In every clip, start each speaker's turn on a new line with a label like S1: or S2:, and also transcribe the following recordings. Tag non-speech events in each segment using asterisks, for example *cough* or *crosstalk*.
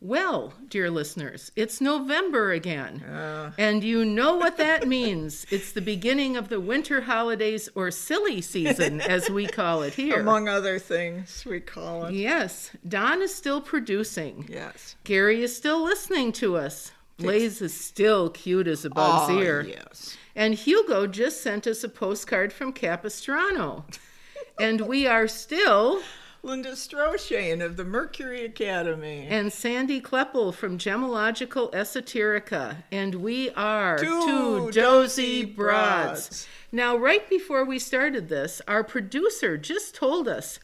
S1: Well, dear listeners, it's November again. And you know what that *laughs* means. It's the beginning of the winter holidays or silly season, as we call it here.
S2: Among other things, we call it.
S1: yes, Don is still producing.
S2: Yes.
S1: Gary is still listening to us. Blaze is still cute as a bug's
S2: Ah,
S1: ear.
S2: Yes.
S1: And Hugo just sent us a postcard from Capistrano. and we are still,
S2: Linda Strochane of the Mercury Academy.
S1: and Sandy Kleppel from Gemological Esoterica. And we are
S2: Two
S1: dozy
S2: dozy
S1: broads.
S2: broads.
S1: Now, right before we started this, our producer just told us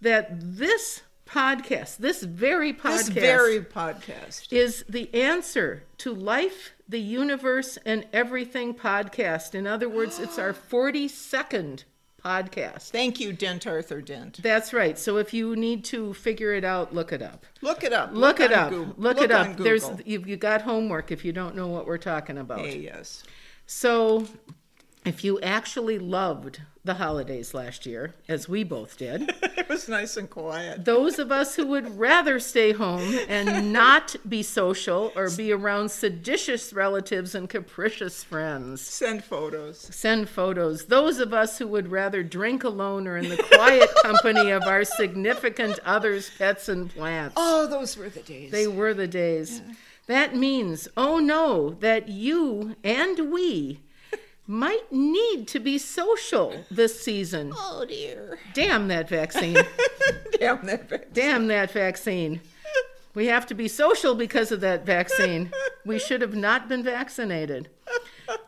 S1: that this podcast, this very podcast,
S2: this very podcast.
S1: is the answer to life, the universe, and everything podcast. In other words, it's
S2: *gasps*
S1: our 42nd podcast.
S2: Thank you, Dent Arthur Dent.
S1: That's right. So if you need to figure it out, look it up.
S2: Look it up.
S1: Look, it
S2: on
S1: up.
S2: Goo-
S1: Look, it up.
S2: on
S1: There's
S2: Google.
S1: you, you got homework if you don't know what we're talking about.
S2: Hey, yes. *laughs*
S1: So if you actually loved the holidays last year, as we both
S2: *laughs*
S1: did,
S2: It was nice and quiet.
S1: those of us who would rather stay home
S2: *laughs*
S1: and not be social or be around seditious relatives and capricious friends.
S2: Send photos.
S1: Send photos. Those of us who would rather drink alone or in the
S2: *laughs*
S1: quiet company of our significant others, pets, and plants.
S2: Oh, those were the days.
S1: They were the days. That means, oh no, that you and we might need to be social this season.
S2: oh *laughs* dear.
S1: Damn that vaccine.
S2: Damn that. bit.
S1: Damn that vaccine. We have to be social because of that vaccine. We should have not been vaccinated.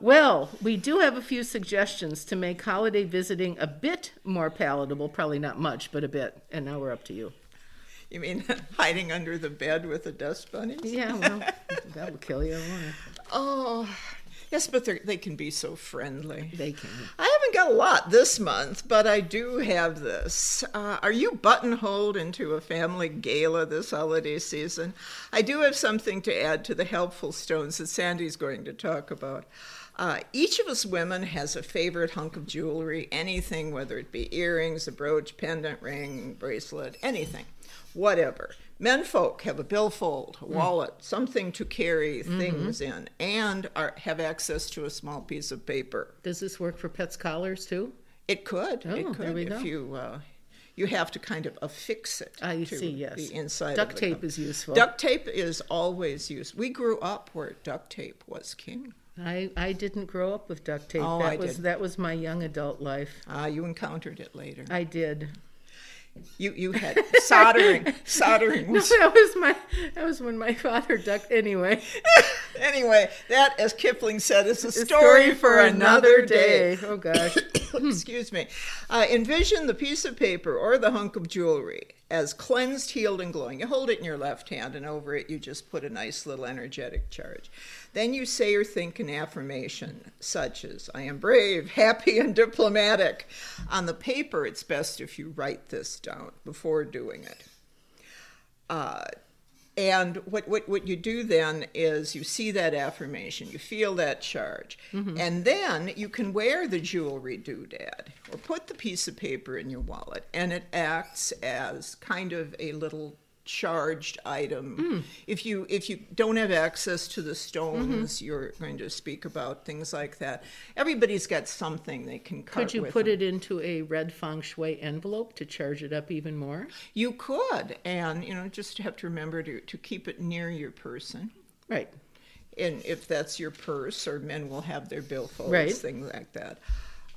S1: Well, we do have a few suggestions to make holiday visiting a bit more palatable. Probably not much, but a bit. And now we're up to you.
S2: You mean *laughs* hiding under the bed with the dust bunnies?
S1: Yeah, well, that will kill you. won't it?
S2: Oh, yes, but they're- they can be so friendly.
S1: They can.
S2: I haven't got a lot this month, but I do have this. Uh, are you buttonholed into a family gala this holiday season? I do have something to add to the helpful stones that Sandy's going to talk about. Uh, each of us women has a favorite hunk of jewelry, anything, whether it be earrings, a brooch, pendant, ring, bracelet, anything, whatever. Men folk have a billfold, a wallet, something to carry things in, and are, have access to a small piece of paper.
S1: Does this work for pets collars too?
S2: It could. it
S1: Oh,
S2: could
S1: there we
S2: if
S1: go.
S2: you uh, you have to kind of affix it
S1: I
S2: to
S1: see. Yes.
S2: the inside.
S1: Duct
S2: of the
S1: tape
S2: cup.
S1: is useful.
S2: Duct tape is always used. We grew up where duct tape was king.
S1: I, I didn't grow up with duct tape.
S2: Oh,
S1: that
S2: I
S1: was
S2: did.
S1: that was my young adult life.
S2: Ah, you encountered it later.
S1: I did. *laughs*
S2: You you had soldering. soldering was
S1: That was my that was when my *laughs* father ducked anyway.
S2: *laughs* anyway. That, as Kipling said, is a story,
S1: A story
S2: for another, day. *coughs*
S1: Oh gosh.
S2: excuse me, uh, envision the piece of paper or the hunk of jewelry as cleansed, healed, and glowing. You hold it in your left hand, and over it you just put a nice little energetic charge. Then you say or think an affirmation, such as, I am brave, *laughs* happy, and diplomatic. On the paper, it's best if you write this down before doing it. Uh, and what, what, what you do then is you see that affirmation, you feel that charge,
S1: Mm-hmm.
S2: and then you can wear the jewelry doodad or put the piece of paper in your wallet, and it acts as kind of a little charged item.
S1: Hmm.
S2: If you if you don't have access to the stones
S1: Mm-hmm.
S2: you're going to speak about, things like that. Everybody's got something they can cart
S1: Could you
S2: with
S1: put
S2: them.
S1: it into a red feng shui envelope to charge it up even more?
S2: You could, and you know, just have to remember to, to keep it near your person.
S1: Right.
S2: and if that's your purse, or men will have their billfolds,
S1: Right.
S2: things like that.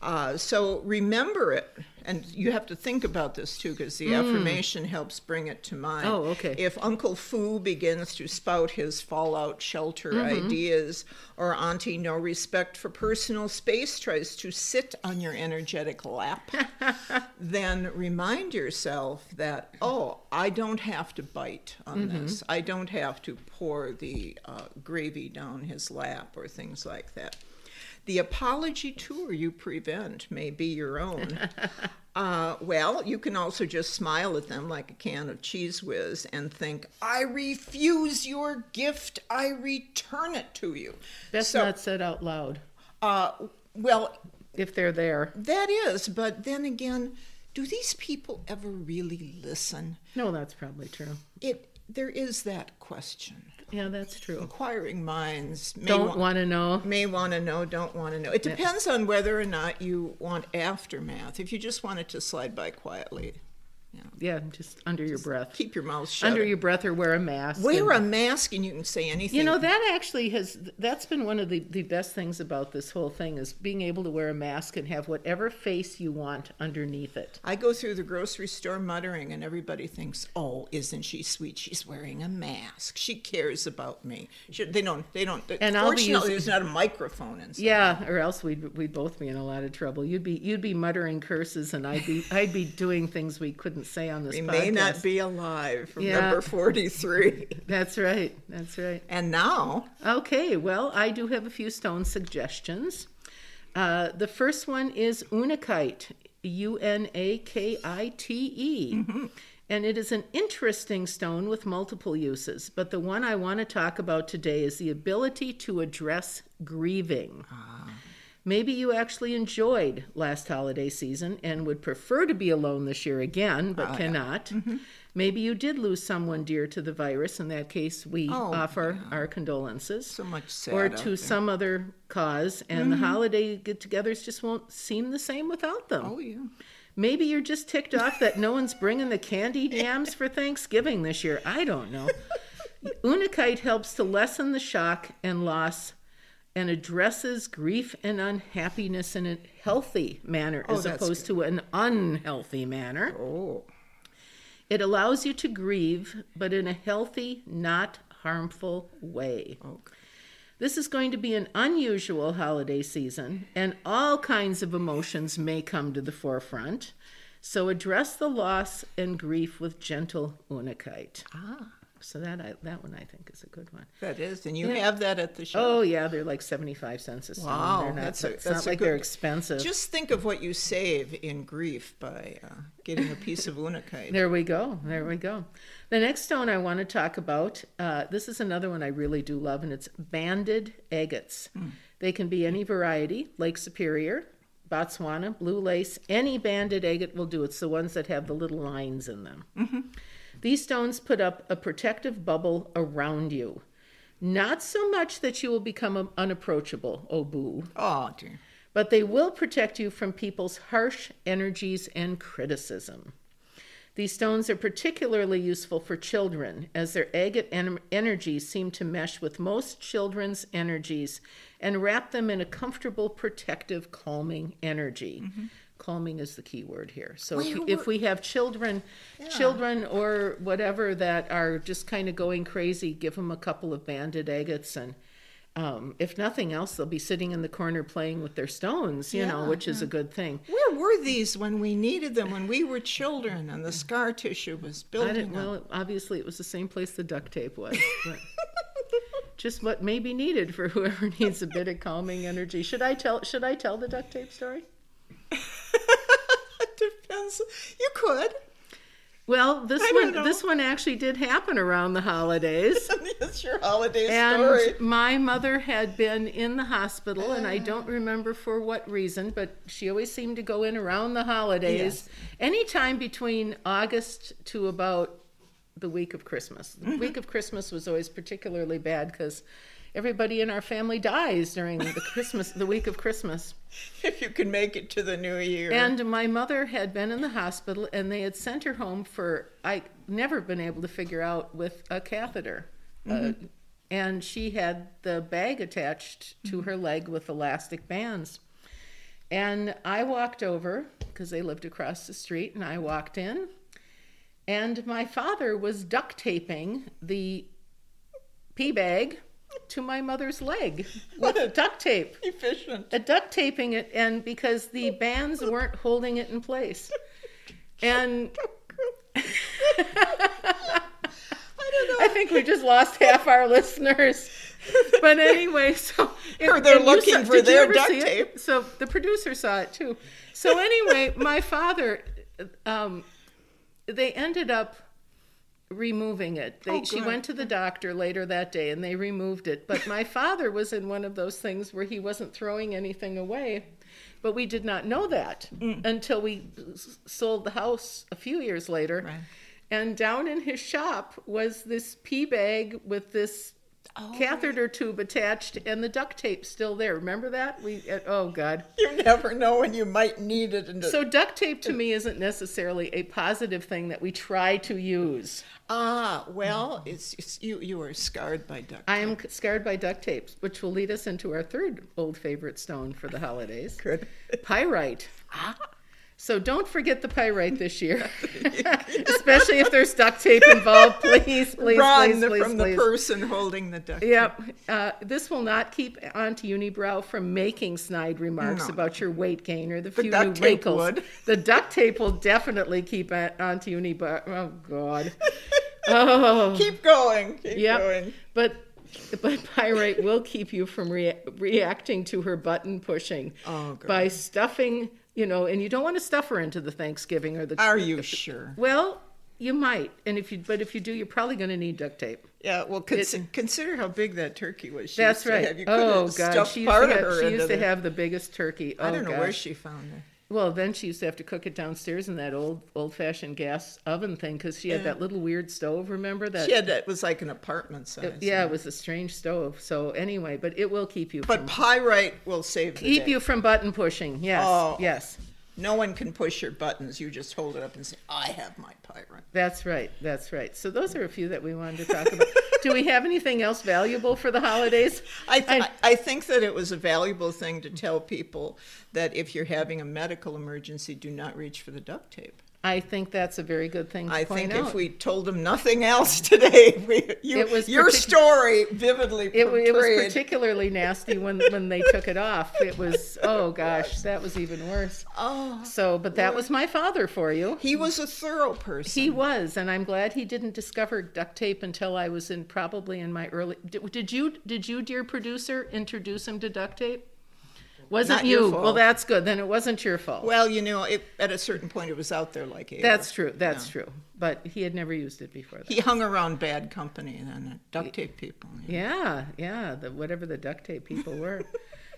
S2: Uh, so remember it, and you have to think about this too, because the affirmation helps bring it to mind.
S1: Hmm. Oh, okay.
S2: If Uncle Foo begins to spout his fallout shelter
S1: Mm-hmm.
S2: ideas, or Auntie No Respect for Personal Space tries to sit on your energetic lap, then remind yourself that, oh, I don't have to bite on
S1: Mm-hmm.
S2: this. I don't have to pour the uh, gravy down his lap or things like that. The apology tour you prevent may be
S1: *laughs*
S2: your own. Uh, well, you can also just smile at them like a can of Cheese Whiz and think, I refuse your gift, I return it to you.
S1: That's
S2: So,
S1: not said out loud.
S2: uh, well,
S1: If they're there.
S2: that is, but then again, do these people ever really listen?
S1: No, that's probably true.
S2: It there is that question.
S1: Yeah, that's true.
S2: Inquiring minds may
S1: Don't
S2: wa-
S1: want to know.
S2: may want to know, don't want to know. It depends on whether or not you want aftermath. If you just want it to slide by quietly,
S1: Yeah, just under your breath.
S2: keep your mouth shut.
S1: Under your breath or wear a mask. and-
S2: Wear a mask and you can say anything.
S1: You know, that actually has, that's been one of the, the best things about this whole thing is being able to wear a mask and have whatever face you want underneath it.
S2: I go through the grocery store muttering, and everybody thinks, "Oh, isn't she sweet? She's wearing a mask. She cares about me." She, they don't. They don't.
S1: And I'll be
S2: fortunately,
S1: using-
S2: there's not a microphone inside.
S1: Yeah, or else we'd we'd both be in a lot of trouble. You'd be you'd be muttering curses, and I'd be I'd be doing things we couldn't say on this
S2: We
S1: podcast.
S2: may not be alive from
S1: Yeah.
S2: number forty-three.
S1: That's right. That's right.
S2: and now,
S1: Okay, well, I do have a few stone suggestions. Uh, the first one is Unakite, U N A K I T E. And it is an interesting stone with multiple uses, but the one I want to talk about today is the ability to address grieving. Maybe you actually enjoyed last holiday season and would prefer to be alone this year again, but cannot. Maybe you did lose someone dear to the virus. In that case, we
S2: Oh,
S1: offer our condolences
S2: so much uh, sad.
S1: or
S2: out
S1: to
S2: there. Mm-hmm.
S1: some other cause, and the holiday get togethers just won't seem the same without them.
S2: Oh yeah.
S1: Maybe you're just ticked off that no one's bringing the
S2: *laughs*
S1: candied yams for Thanksgiving this year. I don't know. Unakite helps to lessen the shock and loss and addresses grief and unhappiness in a healthy manner as
S2: Oh, that's
S1: opposed to an unhealthy manner.
S2: Oh.
S1: It allows you to grieve, but in a healthy, not harmful way.
S2: Okay.
S1: This is going to be an unusual holiday season, and all kinds of emotions may come to the forefront. So address the loss and grief with gentle unakite.
S2: Ah,
S1: So that I, that one I think is a good one.
S2: that is, and you have that at the show.
S1: Oh yeah, they're like seventy five cents a stone.
S2: Wow,
S1: they're not,
S2: that's a-
S1: it's
S2: that's
S1: not
S2: a
S1: like
S2: good-
S1: they're expensive.
S2: Just think of what you save in grief by uh, getting a piece of
S1: *laughs*
S2: unakite.
S1: There we go. There we go. The next stone I want to talk about, uh, this is another one I really do love, and it's banded agates. They can be any variety, Lake Superior, Botswana, Blue Lace, any banded agate will do. It's the ones that have the little lines in them. These stones put up a protective bubble around you. Not so much that you will become um, unapproachable, oh boo,
S2: Oh dear.
S1: but they will protect you from people's harsh energies and criticism. These stones are particularly useful for children, as their agate en- energies seem to mesh with most children's energies and wrap them in a comfortable, protective, calming energy. Calming is the key word here. So if,
S2: you
S1: if we have children, children or whatever that are just kind of going crazy, give them a couple of banded agates and. Um, if nothing else, they'll be sitting in the corner playing with their stones, you know, which is a good thing.
S2: Where were these when we needed them when we were children and the scar tissue was
S1: I
S2: building
S1: didn't.
S2: up?
S1: Well, obviously, it was the same place the duct tape was. but just what may be needed for *laughs* whoever needs a bit of calming energy. Should I tell? Should I tell the duct tape story?
S2: *laughs* It depends. You could. *laughs*
S1: Well, this
S2: I don't
S1: one.
S2: know.
S1: This one actually did happen around the holidays.
S2: it's your holiday
S1: And
S2: story.
S1: my mother had been in the hospital, and I don't remember for what reason, but she always seemed to go in around the holidays, anytime between August to about the week of Christmas. The week of Christmas was always particularly bad because everybody in our family dies during the Christmas, the week of Christmas.
S2: If you can make it to the new year.
S1: And my mother had been in the hospital, and they had sent her home for I never been able to figure out with a catheter, uh, and she had the bag attached to her leg with elastic bands. And I walked over because they lived across the street, and I walked in, and my father was duct taping the pee bag to my mother's leg with duct tape
S2: efficient.
S1: *laughs*
S2: *laughs*
S1: a duct taping it and because the bands weren't holding it in place and
S2: I don't know.
S1: i think we just lost half our listeners but anyway so
S2: Or they're
S1: and you
S2: looking for
S1: did you
S2: their
S1: ever
S2: duct
S1: see it?
S2: tape.
S1: so the producer saw it too so anyway my father um, they ended up removing it. They,
S2: Oh,
S1: she
S2: good.
S1: went to the doctor later that day and they removed it. But my *laughs* father was in one of those things where he wasn't throwing anything away. But we
S2: Mm.
S1: did not know that until we s- sold the house a few years later.
S2: Right.
S1: And down in his shop was this pea bag with this
S2: Oh.
S1: catheter tube attached and the duct tape still there. Remember that? We uh, oh god.
S2: You never know when you might need it. And
S1: So duct tape to me isn't necessarily a positive thing that we try to use.
S2: ah, well, it's, it's you. You are scarred by duct.
S1: I am scared by duct tapes, which will lead us into our third old favorite stone for the holidays.
S2: Good. Ah.
S1: Pyrite. So don't forget the pyrite this
S2: *laughs*
S1: year, especially if there's duct tape involved. Please, please,
S2: Run
S1: please,
S2: the-
S1: please,
S2: from
S1: please.
S2: the person holding the duct.
S1: Yep. Uh, this will not keep Aunt Unibrow from making snide remarks
S2: No.
S1: about your weight gain or the few
S2: duct
S1: new
S2: tape
S1: wrinkles.
S2: would.
S1: The duct tape will definitely keep Aunt Aunt Unibrow. Oh
S2: *laughs*
S1: God. Oh.
S2: Keep going. Keep
S1: Yep.
S2: going.
S1: But but pyrite will keep you from rea- reacting to her button pushing
S2: Oh, God.
S1: by stuffing. You know, and you don't want to stuff her into the Thanksgiving or the.
S2: Are you sure?
S1: well, you might, and if you but if you do, you're probably going to need duct tape.
S2: Yeah. Well, cons- consider how big that turkey was. She
S1: That's
S2: used to
S1: right.
S2: have. You couldn't
S1: oh
S2: have
S1: God,
S2: stuffed
S1: she used,
S2: part
S1: to
S2: of
S1: have,
S2: her
S1: she
S2: into
S1: used to
S2: the-
S1: have the biggest turkey. Oh,
S2: I don't know
S1: gosh.
S2: where she found it.
S1: Well, then she used to have to cook it downstairs in that old old-fashioned gas oven thing because she had that little weird stove. Remember that?
S2: She had it was like an apartment size.
S1: yeah, Uh, it was a strange stove. So anyway, but it will keep you.
S2: But
S1: from,
S2: pyrite will save the
S1: keep
S2: day.
S1: you from button pushing. Yes,
S2: Oh.
S1: yes,
S2: No one can push your buttons. You just hold it up and say, "I have my pyrite."
S1: that's right, that's right. So those are a few that we wanted to talk
S2: *laughs*
S1: about. Do we have anything else valuable for the holidays?
S2: I, th-
S1: And-
S2: I, think that it was a valuable thing to tell people that if you're having a medical emergency, do not reach for the duct tape.
S1: I think that's a very good thing. To
S2: I
S1: point
S2: think
S1: out.
S2: if we told them nothing else *laughs* today, we, you,
S1: It was
S2: your
S1: partic-
S2: story vividly
S1: It, wa-
S2: portrayed.
S1: it was particularly nasty when, when they took it off. It was, oh gosh, that was even worse.
S2: *laughs* oh,
S1: So, but that was my father for you.
S2: he was a thorough person.
S1: He was, and I'm glad he didn't discover duct tape until I was in probably in my early. Did, did you, did you, dear producer, introduce him to duct tape? Wasn't
S2: Not
S1: you?
S2: your fault.
S1: Well, that's good. Then it wasn't your fault.
S2: well, you know, it, at a certain point, it was out there like air.
S1: that's true. That's true. But he had never used it before. That.
S2: He hung around bad company and uh, duct tape people.
S1: Yeah, yeah, the, whatever the duct tape people were.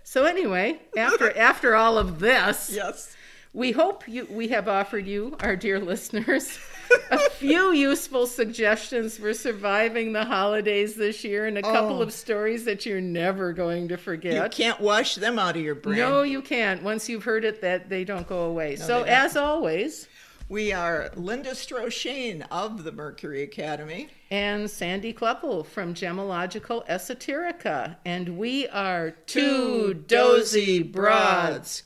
S1: so anyway, after after all of this,
S2: Yes.
S1: We hope you, we have offered you, our dear listeners, a few useful suggestions for surviving the holidays this year and a couple
S2: Oh.
S1: of stories that you're never going to
S2: You
S1: forget.
S2: can't wash them out of your brain.
S1: no, you can't. Once you've heard it, that they don't go away. so,
S2: they don't.
S1: as always,
S2: We are Linda Stroshane of the Mercury Academy.
S1: and Sandy Kleppel from Gemological Esoterica, and we are two dozy broads.